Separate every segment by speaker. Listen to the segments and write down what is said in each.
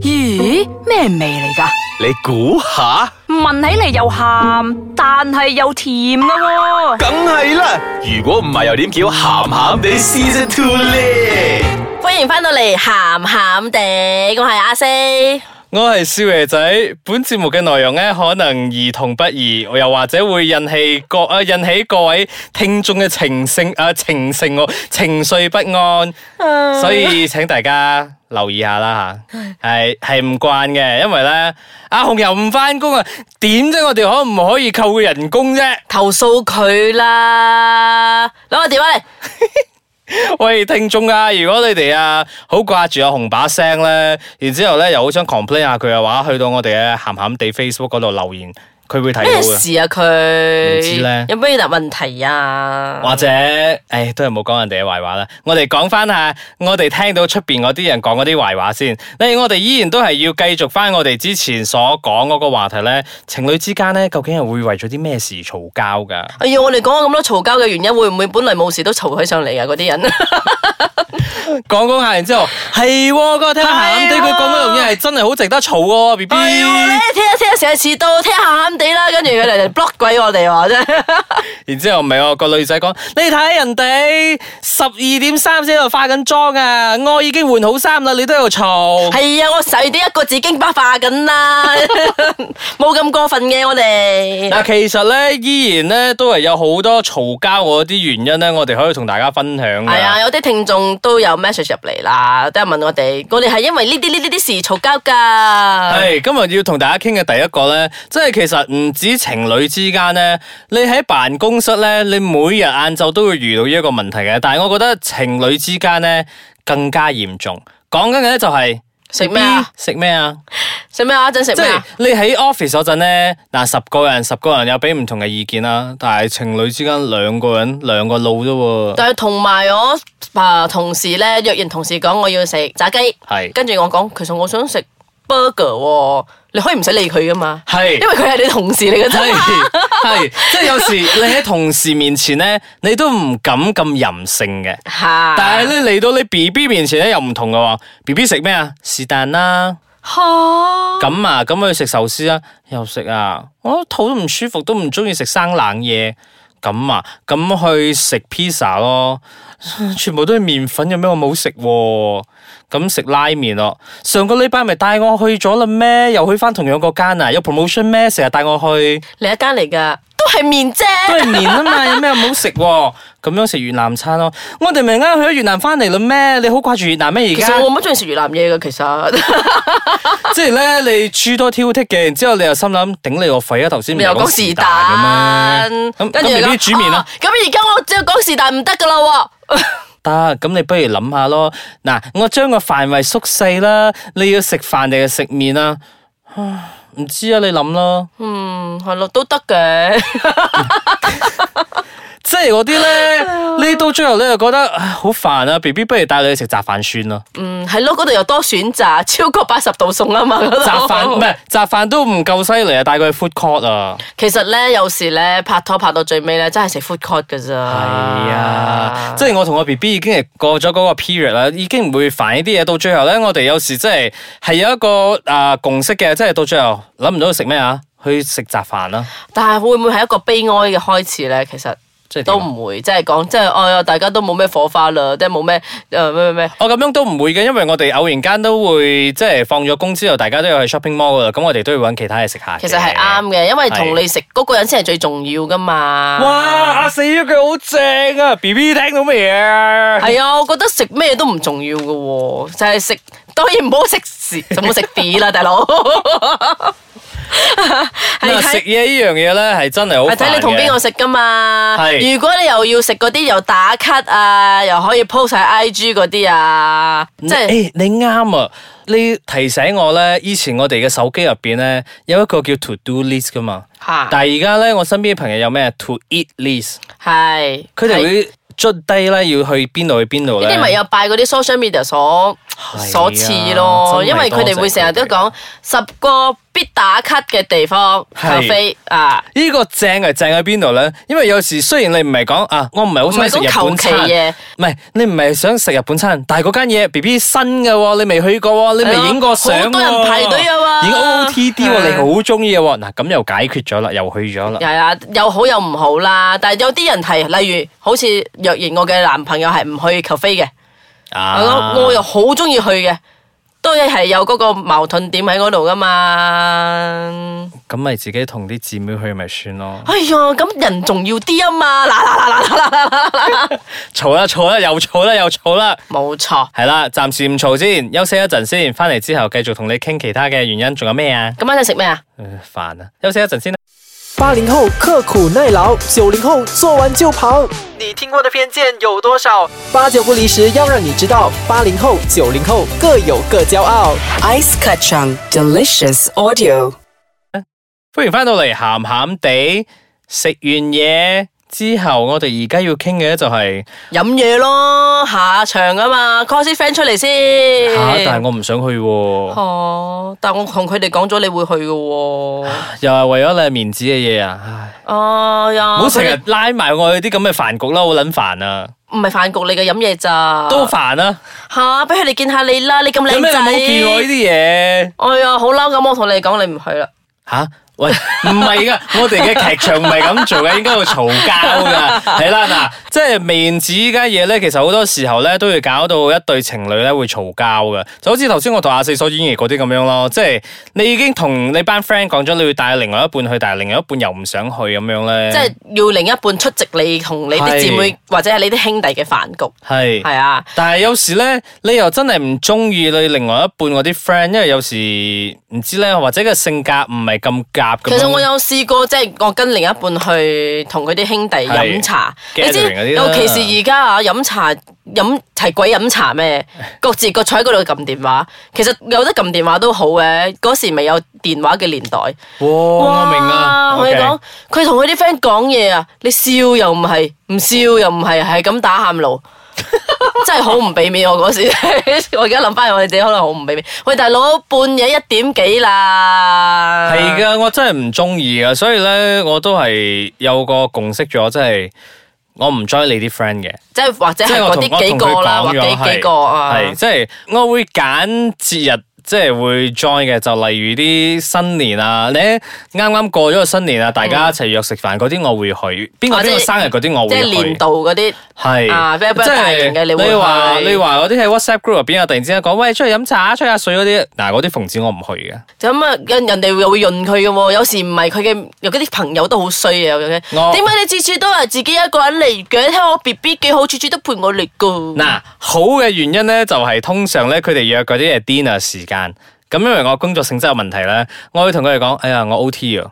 Speaker 1: 咦，咩味嚟噶？
Speaker 2: 你估下，
Speaker 1: 聞起嚟又鹹，但係又甜噶喎、
Speaker 2: 梗係啦。如果唔係，又點叫鹹鹹地 Season Two 咧？
Speaker 3: 歡迎翻到嚟，咸咸地，我係阿四。
Speaker 4: 我係少爺仔，本節目嘅內容咧可能兒童不宜，又或者會引起各啊引起各位聽眾嘅情性啊情性我情緒不安，所以請大家留意下啦吓，係係唔慣嘅，因為咧阿紅又唔翻工啊，點啫？我哋可唔可以扣佢人工啫？
Speaker 3: 投訴佢啦，攞個電話嚟。
Speaker 4: 喂，聽眾啊，如果你哋啊好掛住阿紅把聲咧，然之後咧又好想 complain 下佢嘅話，去到我哋嘅鹹鹹地 Facebook 嗰度留言，佢會睇到
Speaker 3: 咩
Speaker 4: 嘅。
Speaker 3: 事啊佢？
Speaker 4: 唔知呢
Speaker 3: 有咩大問題啊？
Speaker 4: 或者，唉，都係冇講人哋嘅壞話啦。我哋講翻下，我哋聽到出邊嗰啲人講嗰啲壞話先。例如我哋依然都係要繼續翻我哋之前所講嗰個話題咧，情侶之間咧究竟係會為咗啲咩事嘈交㗎？
Speaker 3: 哎呀，我哋講咗咁多嘈交嘅原因，會唔會本來冇事都嘈起上嚟啊？嗰啲人
Speaker 4: 講講下，然之後係喎，嗰個聽鹹鹹地佢講嗰樣嘢係真係好值得嘈喎，B B。
Speaker 3: 係喎，你聽一聽成日遲到，聽下咸地啦，跟住佢哋就 block 鬼我哋話啫。
Speaker 4: 然之後咪有個女仔講：你睇人哋十二點三先喺度化緊妝啊，我已經換好衫啦，你都喺度嘈。
Speaker 3: 係啊，我十二點一個字經白化緊 啦，冇咁過分嘅我哋。
Speaker 4: 嗱，其實咧依然咧都係有好多嘈交嗰啲原因咧，我哋可以同大家分享㗎。
Speaker 3: 係啊，有啲聽眾都有 message 入嚟啦，都有問我哋，我哋係因為呢啲呢啲啲事嘈交㗎。
Speaker 4: 係今日要同大家傾嘅第一個咧，即係其實唔止情侶之間咧，你喺辦公室咧，你每日晏晝都會遇到呢一個問題嘅。但係我覺得情侶之間咧更加嚴重。講緊嘅咧就係
Speaker 3: 食咩啊？
Speaker 4: 食咩啊？
Speaker 3: 食咩啊？一陣食
Speaker 4: 即
Speaker 3: 咩
Speaker 4: 係
Speaker 3: 啊？
Speaker 4: 你喺 office 嗰陣咧，嗱十個人十個人有俾唔同嘅意見啦，但係情侶之間兩個人兩個路啫喎。
Speaker 3: 但係同埋我啊同事咧，若然同事講我要食炸雞，
Speaker 4: 係
Speaker 3: 跟住我講其實我想食 burger 喎，你可以唔使理佢噶嘛，
Speaker 4: 係
Speaker 3: 因為佢係你同事嚟嘅
Speaker 4: 係
Speaker 3: 啫。
Speaker 4: 係，即係有時你喺同事面前咧，你都唔敢咁任性嘅。
Speaker 3: 嚇！
Speaker 4: 但係咧嚟到你 B B 面前咧又唔同嘅喎，B B 食咩啊？是但啦，
Speaker 3: 嚇
Speaker 4: 咁啊，咁去食壽司啊，又食啊，我肚都唔舒服，都唔中意食生冷嘢，咁啊，咁去食 pizza 咯， 全部都係麵粉，有咩我冇食喎？咁食拉麵咯，上個禮拜咪帶我去咗啦咩？又去翻同樣嗰間啊，有 promotion 咩？成日帶我去。
Speaker 3: 另一間嚟㗎，都係面啫。
Speaker 4: 都係麵啊嘛，有咩唔好食喎？咁樣食越南餐咯，我哋咪啱去咗越南翻嚟啦咩？你好掛住越南咩？而
Speaker 3: 其
Speaker 4: 家
Speaker 3: 實我冇乜中意食越南嘢㗎，其實
Speaker 4: 即係咧，你諸多挑剔嘅，然之後你又心諗頂你個肺啊！頭先唔
Speaker 3: 你
Speaker 4: 係
Speaker 3: 又
Speaker 4: 講
Speaker 3: 講
Speaker 4: 是
Speaker 3: 是
Speaker 4: 但
Speaker 3: 但
Speaker 4: 嘅咩？，咁
Speaker 3: 跟
Speaker 4: 咁
Speaker 3: 住
Speaker 4: 未
Speaker 3: 又
Speaker 4: 必
Speaker 3: 講
Speaker 4: 煮麵
Speaker 3: 啊
Speaker 4: 啦，
Speaker 3: 咁而家我只係講是但唔得㗎啦喎。
Speaker 4: 得咁你不如諗下咯。嗱，我將個範圍縮細啦，你要食飯定係食麵啊？唉唔知啊，你諗啦。
Speaker 3: 嗯，係咯，都得嘅。
Speaker 4: 即係嗰啲咧，你到最後你就覺得唉好煩啊！B B 不如帶你去食雜飯算啦。
Speaker 3: 嗯，係咯，嗰度又多選擇，超過八十道餸啊 嘛。嗰 度
Speaker 4: 雜飯唔係雜飯都唔夠犀利啊！帶佢去 food court 啊。
Speaker 3: 其實咧，有時咧拍拖拍到最尾咧，真係食 food court 㗎咋。係
Speaker 4: 係啊，即係我同我 B B 已經係過咗嗰個 period 啦，已經唔會煩呢啲嘢。到最後咧，我哋有時真係係有一個啊、共識嘅，即係到最後諗唔到食咩啊，去食雜飯啦。
Speaker 3: 但係會唔會係一個悲哀嘅開始咧？其實
Speaker 4: 即係點
Speaker 3: 都
Speaker 4: 啊
Speaker 3: 唔會，即係講即係哎呀，大家都冇咩火花啦，即係冇咩誒咩咩咩。
Speaker 4: 我咁樣都唔會嘅，因為我哋偶然間都會即係放咗工之後，大家都有去 shopping mall 噶啦，咁我哋都要揾其他嘢食下嘅。
Speaker 3: 其實係啱嘅，因為同
Speaker 4: 係
Speaker 3: 你食嗰個人先係最重要噶嘛。
Speaker 4: 哇！阿死咗佢好正啊！B B 聽到乜嘢 啊？
Speaker 3: 係啊，我覺得食咩都唔重要嘅喎，就係、食，當然唔好食屎，就冇食啲 啦，大佬。
Speaker 4: 咁啊
Speaker 3: 係
Speaker 4: 食
Speaker 3: 睇
Speaker 4: 嘢呢樣嘢咧，係真係好
Speaker 3: 係睇你同邊個
Speaker 4: 個
Speaker 3: 食噶嘛？
Speaker 4: 係
Speaker 3: 如果你又要食嗰啲又打卡啊，又可以 post 晒 IG 嗰啲啊，即係。
Speaker 4: 嗯誒你啱啊！你提醒我咧，以前我哋嘅手機入邊咧有一個叫 to do list 噶嘛，
Speaker 3: 嚇
Speaker 4: 但係而家咧我身邊嘅朋友有咩 to eat list，
Speaker 3: 係
Speaker 4: 佢哋
Speaker 3: 係
Speaker 4: 會捽低咧要去邊度去邊度
Speaker 3: 呢
Speaker 4: 咧。
Speaker 3: 啲咪有拜嗰啲 social media 所
Speaker 4: 係啊
Speaker 3: 所賜咯，
Speaker 4: 真係
Speaker 3: 因為佢哋會成日都講十個必必打卡嘅地方
Speaker 4: 係
Speaker 3: 咖啡啊，
Speaker 4: 呢個正係正喺邊度咧？因為有時雖然你唔係講啊，我唔係好想食
Speaker 3: 唔係
Speaker 4: 日
Speaker 3: 講求
Speaker 4: 本
Speaker 3: 其
Speaker 4: 餐，
Speaker 3: 嘢
Speaker 4: 唔係你唔係想食日本餐，但係嗰間嘢 B B 新嘅喎，你未去過喎，你
Speaker 3: 係
Speaker 4: 未
Speaker 3: 咯
Speaker 4: 影過相喎，
Speaker 3: 好多人排隊啊嘛
Speaker 4: 影 O T D
Speaker 3: 係
Speaker 4: 喎，你好中意嘅喎，嗱咁又解決咗啦，又去咗啦
Speaker 3: 係。啊，有好有唔好啦。但係有啲人係，例如好似若然我嘅男朋友係唔去咖啡嘅，係咯，
Speaker 4: 啊
Speaker 3: 我又好中意去嘅，都係有嗰個矛盾點喺嗰度噶嘛。
Speaker 4: 咁咪自己同啲姊妹去咪算咯，
Speaker 3: 哎呀，咁人重要啲啊嘛，嗱嗱嗱嗱嗱嗱嗱嗱嗱，
Speaker 4: 嘈啦嘈啦又嘈啦又嘈啦。
Speaker 3: 冇錯。
Speaker 4: 係啦，暫時唔嘈先，休息一陣先，翻嚟之後繼續同你傾其他嘅原因，仲有咩啊？
Speaker 3: 今晚想食咩啊？
Speaker 4: 呃煩啊，休息一陣先啦。
Speaker 5: 八零后刻苦耐劳，九零后做完就跑，
Speaker 6: 你听过的偏见有多少？
Speaker 5: 八九不离十，要让你知道八零后、九零后各有各骄傲。
Speaker 7: Ice Kachang Delicious Audio.
Speaker 4: 歡迎翻到嚟，鹹鹹地食完嘢之後，我哋而家要傾嘅就係
Speaker 3: 飲嘢咯，下場啊嘛，call 啲 friend 出嚟先。
Speaker 4: 吓，但係我唔想去喎，
Speaker 3: 哦，但我同佢哋講咗你會去嘅喎、
Speaker 4: 又係為咗你面子嘅嘢啊！唉
Speaker 3: 哎呀，
Speaker 4: 唔好成
Speaker 3: 佢
Speaker 4: 日
Speaker 3: 哋
Speaker 4: 拉埋我去啲咁嘅飯局啦，好撚煩啊，
Speaker 3: 唔係飯局嚟嘅，飲嘢咋？
Speaker 4: 都煩啊！
Speaker 3: 吓，俾佢哋見下你啦，你咁
Speaker 4: 有
Speaker 3: 哦靚
Speaker 4: 咩
Speaker 3: 仔。
Speaker 4: 你冇見我呢啲嘢？
Speaker 3: 哎呀，好嬲咁，我同你講，你唔去啦。
Speaker 4: 吓？喂，唔係噶， 我哋嘅劇場唔係咁做嘅，應該會嘈交 噶。係啦，嗱，即係面子依家嘢咧，其實好多時候咧都會搞到一對情侶咧會嘈交嘅，就好似頭先我同阿四所演繹嗰啲咁樣咯。即係你已經同你班 friend 講咗你會帶另外一半去，但係另外一半又唔想去咁樣咧，
Speaker 3: 即係要另一半出席你同你啲
Speaker 4: 係
Speaker 3: 姊妹或者係你啲兄弟嘅飯局。
Speaker 4: 係
Speaker 3: 係啊，
Speaker 4: 但係有時咧，你又真係唔中意你另外一半嗰啲 friend，因為有時唔知咧，或者個性格唔係咁夾咁樣。
Speaker 3: 其實我有試過，即係我跟另一半去同佢啲兄弟飲茶，
Speaker 4: 係
Speaker 3: 你知
Speaker 4: gathering 嗰啲
Speaker 3: 尤
Speaker 4: 啦
Speaker 3: 其是而家啊，飲茶飲係鬼飲茶咩？各自各坐喺嗰度撳電話，其實有得撳電話都好嘅。嗰時未有電話嘅年代，
Speaker 4: 哇，我明啊，
Speaker 3: 我同你
Speaker 4: ờ,
Speaker 3: 講，
Speaker 4: OK
Speaker 3: 佢同佢啲 friend à? 講嘢啊，你笑又唔係，唔笑又唔係，係咁打喊路。真係好唔俾面，我嗰時， 我而家諗翻我哋自己可能好唔俾面。喂，大佬，半夜一點幾啦，
Speaker 4: 係噶，我真係唔中意噶，所以咧我都係有個共識咗，即係我唔 join 你啲 friend 嘅，
Speaker 3: 即係或者
Speaker 4: 即
Speaker 3: 係
Speaker 4: 係我
Speaker 3: 嗰
Speaker 4: 同
Speaker 3: 啲幾個啦，
Speaker 4: 我
Speaker 3: 或
Speaker 4: 同
Speaker 3: 者
Speaker 4: 佢講咗係
Speaker 3: 幾個啊，
Speaker 4: 係即係我會揀節日。即係會 join 嘅，就例如啲新年啊，你啱啱過咗個新年啊，大家一齊約食飯嗰啲，我會去。邊個
Speaker 3: 或者
Speaker 4: 邊個生日嗰啲，我
Speaker 3: 嗯啊即
Speaker 4: 會
Speaker 3: 係
Speaker 4: 去
Speaker 3: 年。度嗰啲。
Speaker 4: 係
Speaker 3: 啊比較比較大型嘅你會去
Speaker 4: 你話你話嗰啲喺 WhatsApp group 入邊啊，突然之間講喂出去飲茶、吹下水嗰啲，嗱嗰啲奉旨我唔去嘅。
Speaker 3: 咁啊，人人哋又會潤佢嘅喎，有時唔係佢嘅，有嗰啲朋友都好衰嘅，有嘅。
Speaker 4: 我
Speaker 3: 點解你次次都係自己一個人嚟嘅？聽我 B B 幾好，次次都陪我嚟噶。
Speaker 4: 嗱，好嘅原因咧，就係、通常咧，佢哋約嗰啲係 dinner 時間。咁因為我工作性質有問題咧，我會同佢哋講：哎呀，我 O T 啊，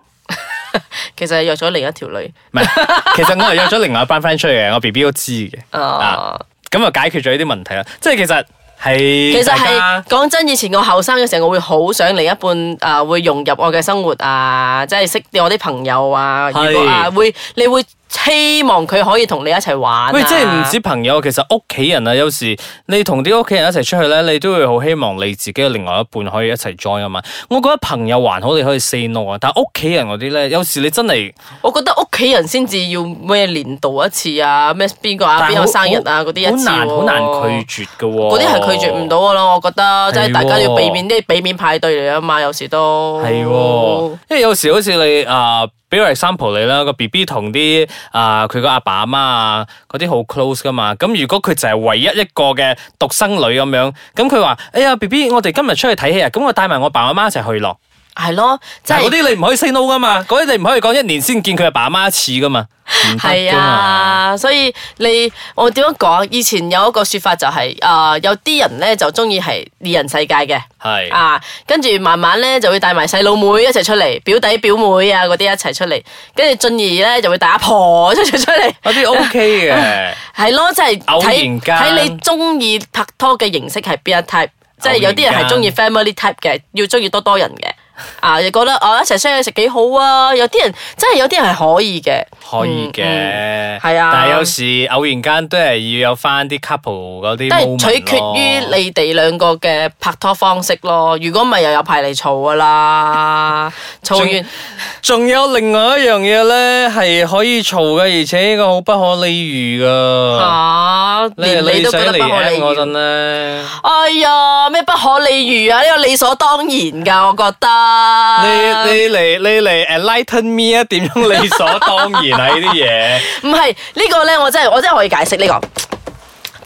Speaker 3: 其實係約咗另一條女。
Speaker 4: 唔係， 其實我係約咗另外一班 friend 出嚟嘅，我 B B 都知嘅。
Speaker 3: 啊
Speaker 4: 啊，咁就解決咗呢啲問題啦。即係其實係
Speaker 3: 其實
Speaker 4: 大
Speaker 3: 係啊
Speaker 4: 家
Speaker 3: 講真，以前我後生嘅時候，我會好想另一半啊、會融入我嘅生活啊，即係識我啲朋友啊。如
Speaker 4: 係
Speaker 3: 果啊，會你會希望佢可以同你一齊玩、啊。
Speaker 4: 喂，即係唔止朋友，其實屋企人啊，有時你同啲屋企人一齊出去咧，你都會好希望你自己嘅另外一半可以一齊 join 啊嘛。我覺得朋友還好，你可以 say no 啊，但係屋企人嗰啲咧，有時你真係。
Speaker 3: 我覺得屋企人先至要咩年度一次啊，咩邊個啊，
Speaker 4: 但係
Speaker 3: 邊
Speaker 4: 好
Speaker 3: 個生日啊嗰啲一次喎
Speaker 4: 好難好難。拒絕嘅喎。
Speaker 3: 嗰啲係拒絕唔到。嘅咯，我覺得即係
Speaker 4: 係
Speaker 3: 大家要
Speaker 4: 喎
Speaker 3: 避免啲避免派對嚟啊嘛，有時都
Speaker 4: 係喎，因為有時好似你啊，呃比如 example 你啦，個 B B 同啲啊佢個阿爸阿媽啊嗰啲好 close 噶嘛，咁如果佢就係唯一一個嘅獨生女咁樣，咁佢話：哎呀 B B，我哋今日出去睇戲啊，咁我帶埋我爸阿媽一齊去咯。
Speaker 3: 係咯，即
Speaker 4: 但係
Speaker 3: 係
Speaker 4: 嗰啲你唔可以 say no 噶嘛，嗰啲你唔可以講一年先見佢阿爸阿媽一次噶嘛，唔得
Speaker 3: 係
Speaker 4: 㗎嘛。
Speaker 3: 啊，所以你我點樣講？以前有一個説法就係、啊、有啲人咧就中意係二人世界嘅。
Speaker 4: 係
Speaker 3: 啊，跟住慢慢咧就會帶埋細佬妹一齊出嚟，表弟表妹啊嗰啲一齊出嚟，跟住進而咧就會帶阿婆一齊出 嚟。
Speaker 4: 嗰啲 OK 嘅。
Speaker 3: 係咯，即係
Speaker 4: 偶
Speaker 3: 睇
Speaker 4: 然間
Speaker 3: 睇你中意拍拖嘅形式係邊一 type，即係有啲人係中意 family type 嘅，要中意多多人嘅。啊，又覺得啊一齊 share 嘢食幾好啊！有啲人真係有啲人係可以嘅，
Speaker 4: 可以嘅，
Speaker 3: 嗯嗯係啊
Speaker 4: 但係有時偶然間都係要有翻啲 couple 嗰啲 moment
Speaker 3: 都
Speaker 4: 咯，
Speaker 3: 係取決於你哋兩個嘅拍拖方式咯。如果唔係又有排嚟嘈噶 啦，嘈
Speaker 4: 仲
Speaker 3: 完
Speaker 4: 仲有另外一樣嘢咧，係可以嘈嘅，而且呢個好不可理喻噶。啊
Speaker 3: 嚇，啊連你都覺得不可理
Speaker 4: 嗰
Speaker 3: 喻。
Speaker 4: 陣咧，
Speaker 3: 哎呀，咩不可理喻啊？呢個理所當然㗎，我覺得。
Speaker 4: 你你嚟你嚟 enlighten me 啊， 點樣理所當然啊呢啲嘢？
Speaker 3: 唔係呢個咧，我真係我真係可以解釋呢個，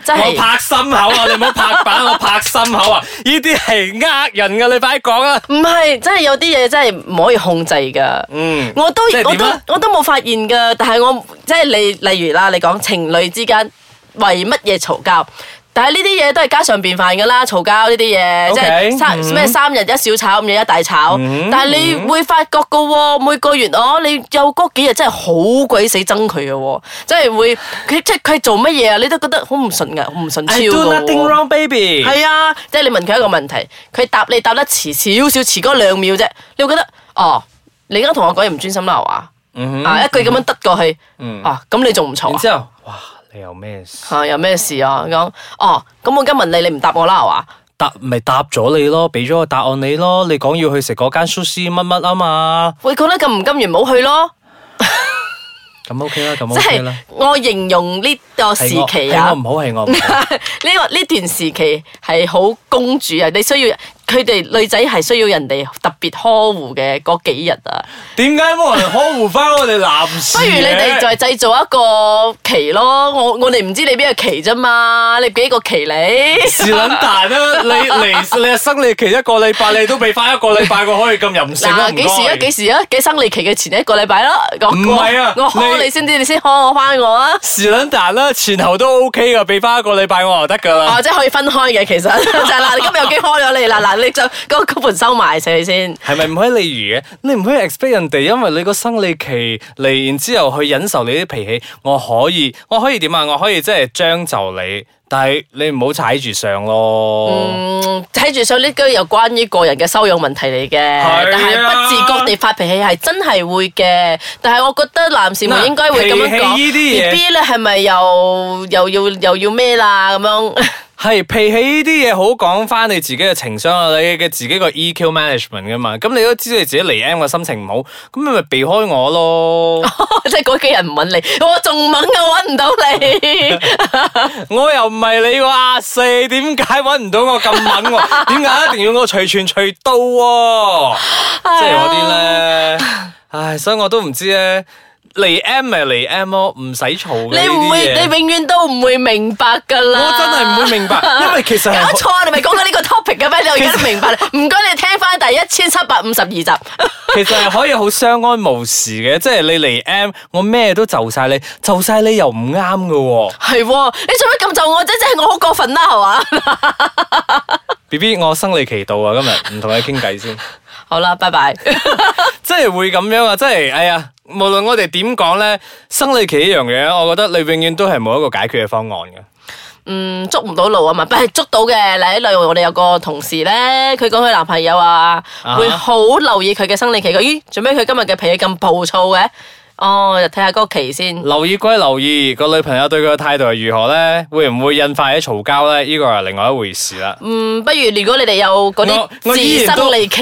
Speaker 3: 真
Speaker 4: 我
Speaker 3: 係
Speaker 4: 拍心口啊！你唔好拍板，我拍心 口啊！呢啲係呃人噶，你快講啊！
Speaker 3: 唔係真係有啲嘢真係唔可以控制㗎。
Speaker 4: 嗯，
Speaker 3: 我都
Speaker 4: 即係
Speaker 3: 我
Speaker 4: 點
Speaker 3: 都
Speaker 4: 啊
Speaker 3: 我都冇發現㗎，但係我即係你例如啦，你講情侶之間為乜嘢嘈交？但係呢啲嘢都係家常便飯㗎啦，嘈交呢啲嘢
Speaker 4: OK，嗯
Speaker 3: 即係三咩三日一小吵，五日一大吵。但係你會發覺㗎喎，每個月哦，你有嗰幾日真係好鬼死憎佢嘅喎，即係會佢即係佢做乜嘢啊？你都覺得好唔順眼，好唔順超
Speaker 4: I
Speaker 3: 㗎
Speaker 4: do nothing
Speaker 3: 喎。
Speaker 4: wrong, baby。
Speaker 3: 係啊，即係你問佢一個問題，佢答你答得遲少少，遲嗰兩秒啫，你會覺得哦，你啱同我講嘢唔專心啦，係嘛？啊，一句咁樣得過去，啊，咁你仲唔嘈
Speaker 4: 嗯然
Speaker 3: 啊？
Speaker 4: 之後，哇！你有咩事？
Speaker 3: 啊，有咩事啊？講哦，咁我今日問你，你唔答我啦，係嘛？
Speaker 4: 答咪答咗你咯，俾咗個答案你咯。你講要去食嗰間 sushi 乜乜啊嘛，
Speaker 3: 喂，講得咁唔甘願，唔好去咯。
Speaker 4: 咁 OK 啦，咁
Speaker 3: 即
Speaker 4: OK
Speaker 3: 係
Speaker 4: 啦。
Speaker 3: 我形容呢個時
Speaker 4: 係我
Speaker 3: 期
Speaker 4: 係
Speaker 3: 啊
Speaker 4: 我，唔好係我唔好。
Speaker 3: 呢個呢段時期係好公主啊！你需要佢哋女仔係需要人哋特別呵護嘅嗰幾日啊。
Speaker 4: 點解冇人呵護翻我哋男士
Speaker 3: 不
Speaker 4: 嘅？
Speaker 3: 如你哋再製造一個期咯，我我哋唔知你邊個期啫嘛，你俾個期你，
Speaker 4: 是撚蛋啦！你嚟你生理期一個禮拜，你都俾翻一個禮拜我可以咁任性啊！
Speaker 3: 嗱幾時啊幾
Speaker 4: 時？
Speaker 3: 時啊幾生理期嘅前一個禮拜啦，我
Speaker 4: 唔係啊
Speaker 3: 我我呵
Speaker 4: 你
Speaker 3: 你先知，你先呵我翻我啊，
Speaker 4: 是撚蛋啦，前後都 OK 噶，俾翻一個禮拜我就得噶啦
Speaker 3: 哦。即係可以分開嘅其實 就係嗱，你今日有幾呵咗你嗱嗱，你就嗰嗰盤收埋死你先，
Speaker 4: 係咪唔可以例如嘅？你唔可以 expect 人哋，因為你個生理期嚟，然之後去忍受你啲脾氣。我可以，我可以點啊？我可以即係將就你，但係你唔好踩住上咯。
Speaker 3: 嗯睇住上呢句又關於個人嘅修養問題嚟嘅，
Speaker 4: 啊
Speaker 3: 但係不自覺地發脾氣係真係會嘅，但係我覺得男士
Speaker 4: 嗱
Speaker 3: 們應該會咁樣講
Speaker 4: 脾氣呢啲嘢
Speaker 3: B B 咧係咪又又要又要咩啦咁樣？
Speaker 4: 係脾氣呢啲嘢好講翻你自己嘅情商啊，你嘅自己個 EQ management 噶嘛。咁你都知道你自己嚟 M 嘅心情唔好，咁你咪避開我咯。
Speaker 3: 即係嗰幾人唔揾你，我仲猛啊揾唔到 你，
Speaker 4: 我又唔係你個阿四，點解揾唔到我咁猛 喎？點解一定要我隨傳隨到喎、即係嗰啲咧，唉，所以我都唔知咧。嚟 M 咪嚟 M 咯，唔使嘈嘅
Speaker 3: 你唔會
Speaker 4: 呢啲嘢
Speaker 3: 你永遠都唔會明白㗎啦。
Speaker 4: 我真係唔會明白，因為其實
Speaker 3: 搞
Speaker 4: 係。
Speaker 3: 錯，你咪講緊呢個 topic 嘅咩？你而家都明白啦，唔該你聽翻第一千七百五十二集。
Speaker 4: 其實係可以好相安無事嘅，即係你嚟 M，我咩都就晒你，就晒你又唔啱嘅喎。
Speaker 3: 係喎，你做乜咁就我啫？即係我好過分啦，係 嘛？
Speaker 4: B B，我生理期到啊，今日唔同你傾偈先，
Speaker 3: 好啦，拜 拜。
Speaker 4: 即係會咁樣啊！即係哎呀，無論我哋點講咧，生理期呢樣嘢，我覺得你永遠都係冇一個解決嘅方案嘅。
Speaker 3: 嗯，捉唔到路啊嘛，但係捉到嘅。例例如我哋有個同事咧，佢講佢男朋友啊
Speaker 4: 啊哈，
Speaker 3: 會好留意佢嘅生理期。佢咦，做咩佢今日嘅脾氣咁暴躁嘅？哦，就睇下嗰個期先。
Speaker 4: 留意歸留意，個女朋友對佢嘅態度係如何咧？會唔會引發起嘈交咧？呢個係另外一回事啦。
Speaker 3: 嗯，不如如果你哋有嗰
Speaker 4: 我我
Speaker 3: 啲
Speaker 4: 依
Speaker 3: 自
Speaker 4: 然都
Speaker 3: 生理期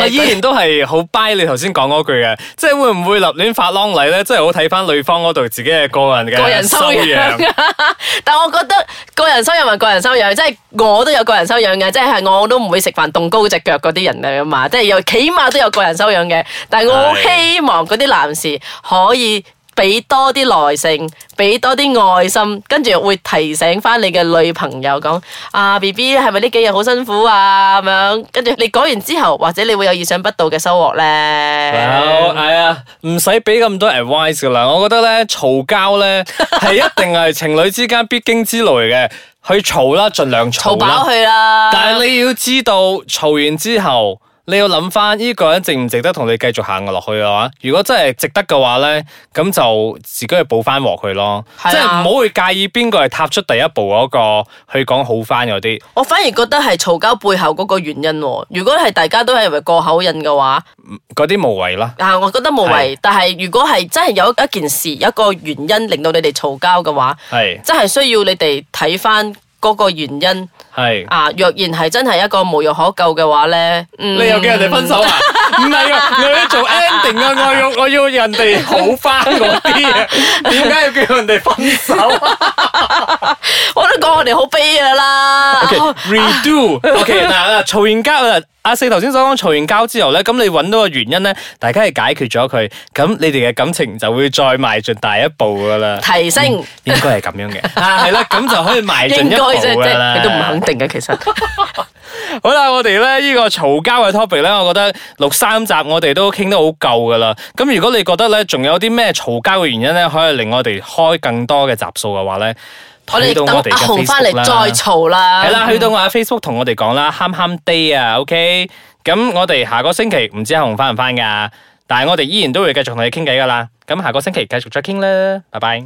Speaker 4: 我依
Speaker 3: 嘅，
Speaker 4: 然都係好 buy 你頭先講嗰句嘅，即係會唔會立亂發啷禮咧？即係好睇翻女方嗰度自己嘅個人
Speaker 3: 個
Speaker 4: 嘅
Speaker 3: 人
Speaker 4: 修
Speaker 3: 修
Speaker 4: 養。
Speaker 3: 養。 但我覺得個人修養咪個人修養，即係我都有個人修養嘅，即係我都唔會食飯戙高只腳嗰啲人嚟噶嘛，即係又起碼都有個人修養嘅。但係我
Speaker 4: 係
Speaker 3: 希望嗰啲男士可以。俾多啲耐性，俾多啲愛心，跟住會提醒翻你嘅女朋友講：啊，B B 係咪呢幾日好辛苦啊？咁樣，跟住你講完之後，或者你會有意想不到嘅收穫咧。
Speaker 4: 有係啊，唔使俾咁多 advice 噶啦。我覺得咧，嘈 交咧係一定係情侶之間必經之類嘅，去嘈啦，盡量
Speaker 3: 嘈
Speaker 4: 嘈
Speaker 3: 飽
Speaker 4: 啦。
Speaker 3: 佢啦。
Speaker 4: 但係你要知道，嘈完之後。你要諗翻呢個人值唔值得同你繼續行落去嘅話，如果真係值得嘅話咧，咁就自己去補翻鑊佢咯，
Speaker 3: 係啊
Speaker 4: 即係唔好去介意邊個係踏出第一步嗰、個去講好翻嗰啲。
Speaker 3: 我反而覺得係嘈交背後嗰個原因喎。如果係大家都係為過口癮嘅話，
Speaker 4: 嗰啲無謂啦。
Speaker 3: 啊，我覺得無謂。但係如果係真係有一件事、有一個原因令到你哋嘈交嘅話，
Speaker 4: 係
Speaker 3: 真係需要你哋睇翻嗰個原因。
Speaker 4: 係，
Speaker 3: 啊，若然係真係一個無藥可救嘅話咧，嗯
Speaker 4: 你又叫人哋分手啊？唔係啊，我要做 ending 啊！我要我要人哋好翻嗰啲啊！點解要叫人哋分手
Speaker 3: 我都講我哋好悲噶啦。
Speaker 4: ？Redo，OK 嗱嗱，嘈完交啊！阿四頭先所講嘈完交之後咧，咁你揾到個原因咧，大家係解決咗佢，咁你哋嘅感情就會再邁進第一步噶啦。
Speaker 3: 提升
Speaker 4: 應該係咁樣嘅，啊係啦，咁就可以邁進
Speaker 3: 應
Speaker 4: 一
Speaker 3: 該啫，即
Speaker 4: 步噶
Speaker 3: 係
Speaker 4: 啦。
Speaker 3: 你都唔肯定嘅其 實。
Speaker 4: 好啦，我哋咧呢個嘈交嘅 topic 咧，我覺得六三集我哋都傾得好夠噶啦。咁如果你覺得咧仲有啲咩嘈交嘅原因咧，可以令我哋開更多嘅集數嘅話咧，
Speaker 3: 我
Speaker 4: 去
Speaker 3: 哋
Speaker 4: 到
Speaker 3: 等
Speaker 4: 我哋
Speaker 3: 阿
Speaker 4: 嘅
Speaker 3: 紅翻嚟
Speaker 4: Facebook 啦
Speaker 3: 再嘈啦。
Speaker 4: 係啦，去到我嘅 Facebook 同我哋講啦，喊喊 day 啊，OK。咁我哋下個星期唔知阿紅翻唔翻噶，但係我哋依然都會繼續同你傾偈噶啦。咁下個星期繼續再傾啦，拜拜。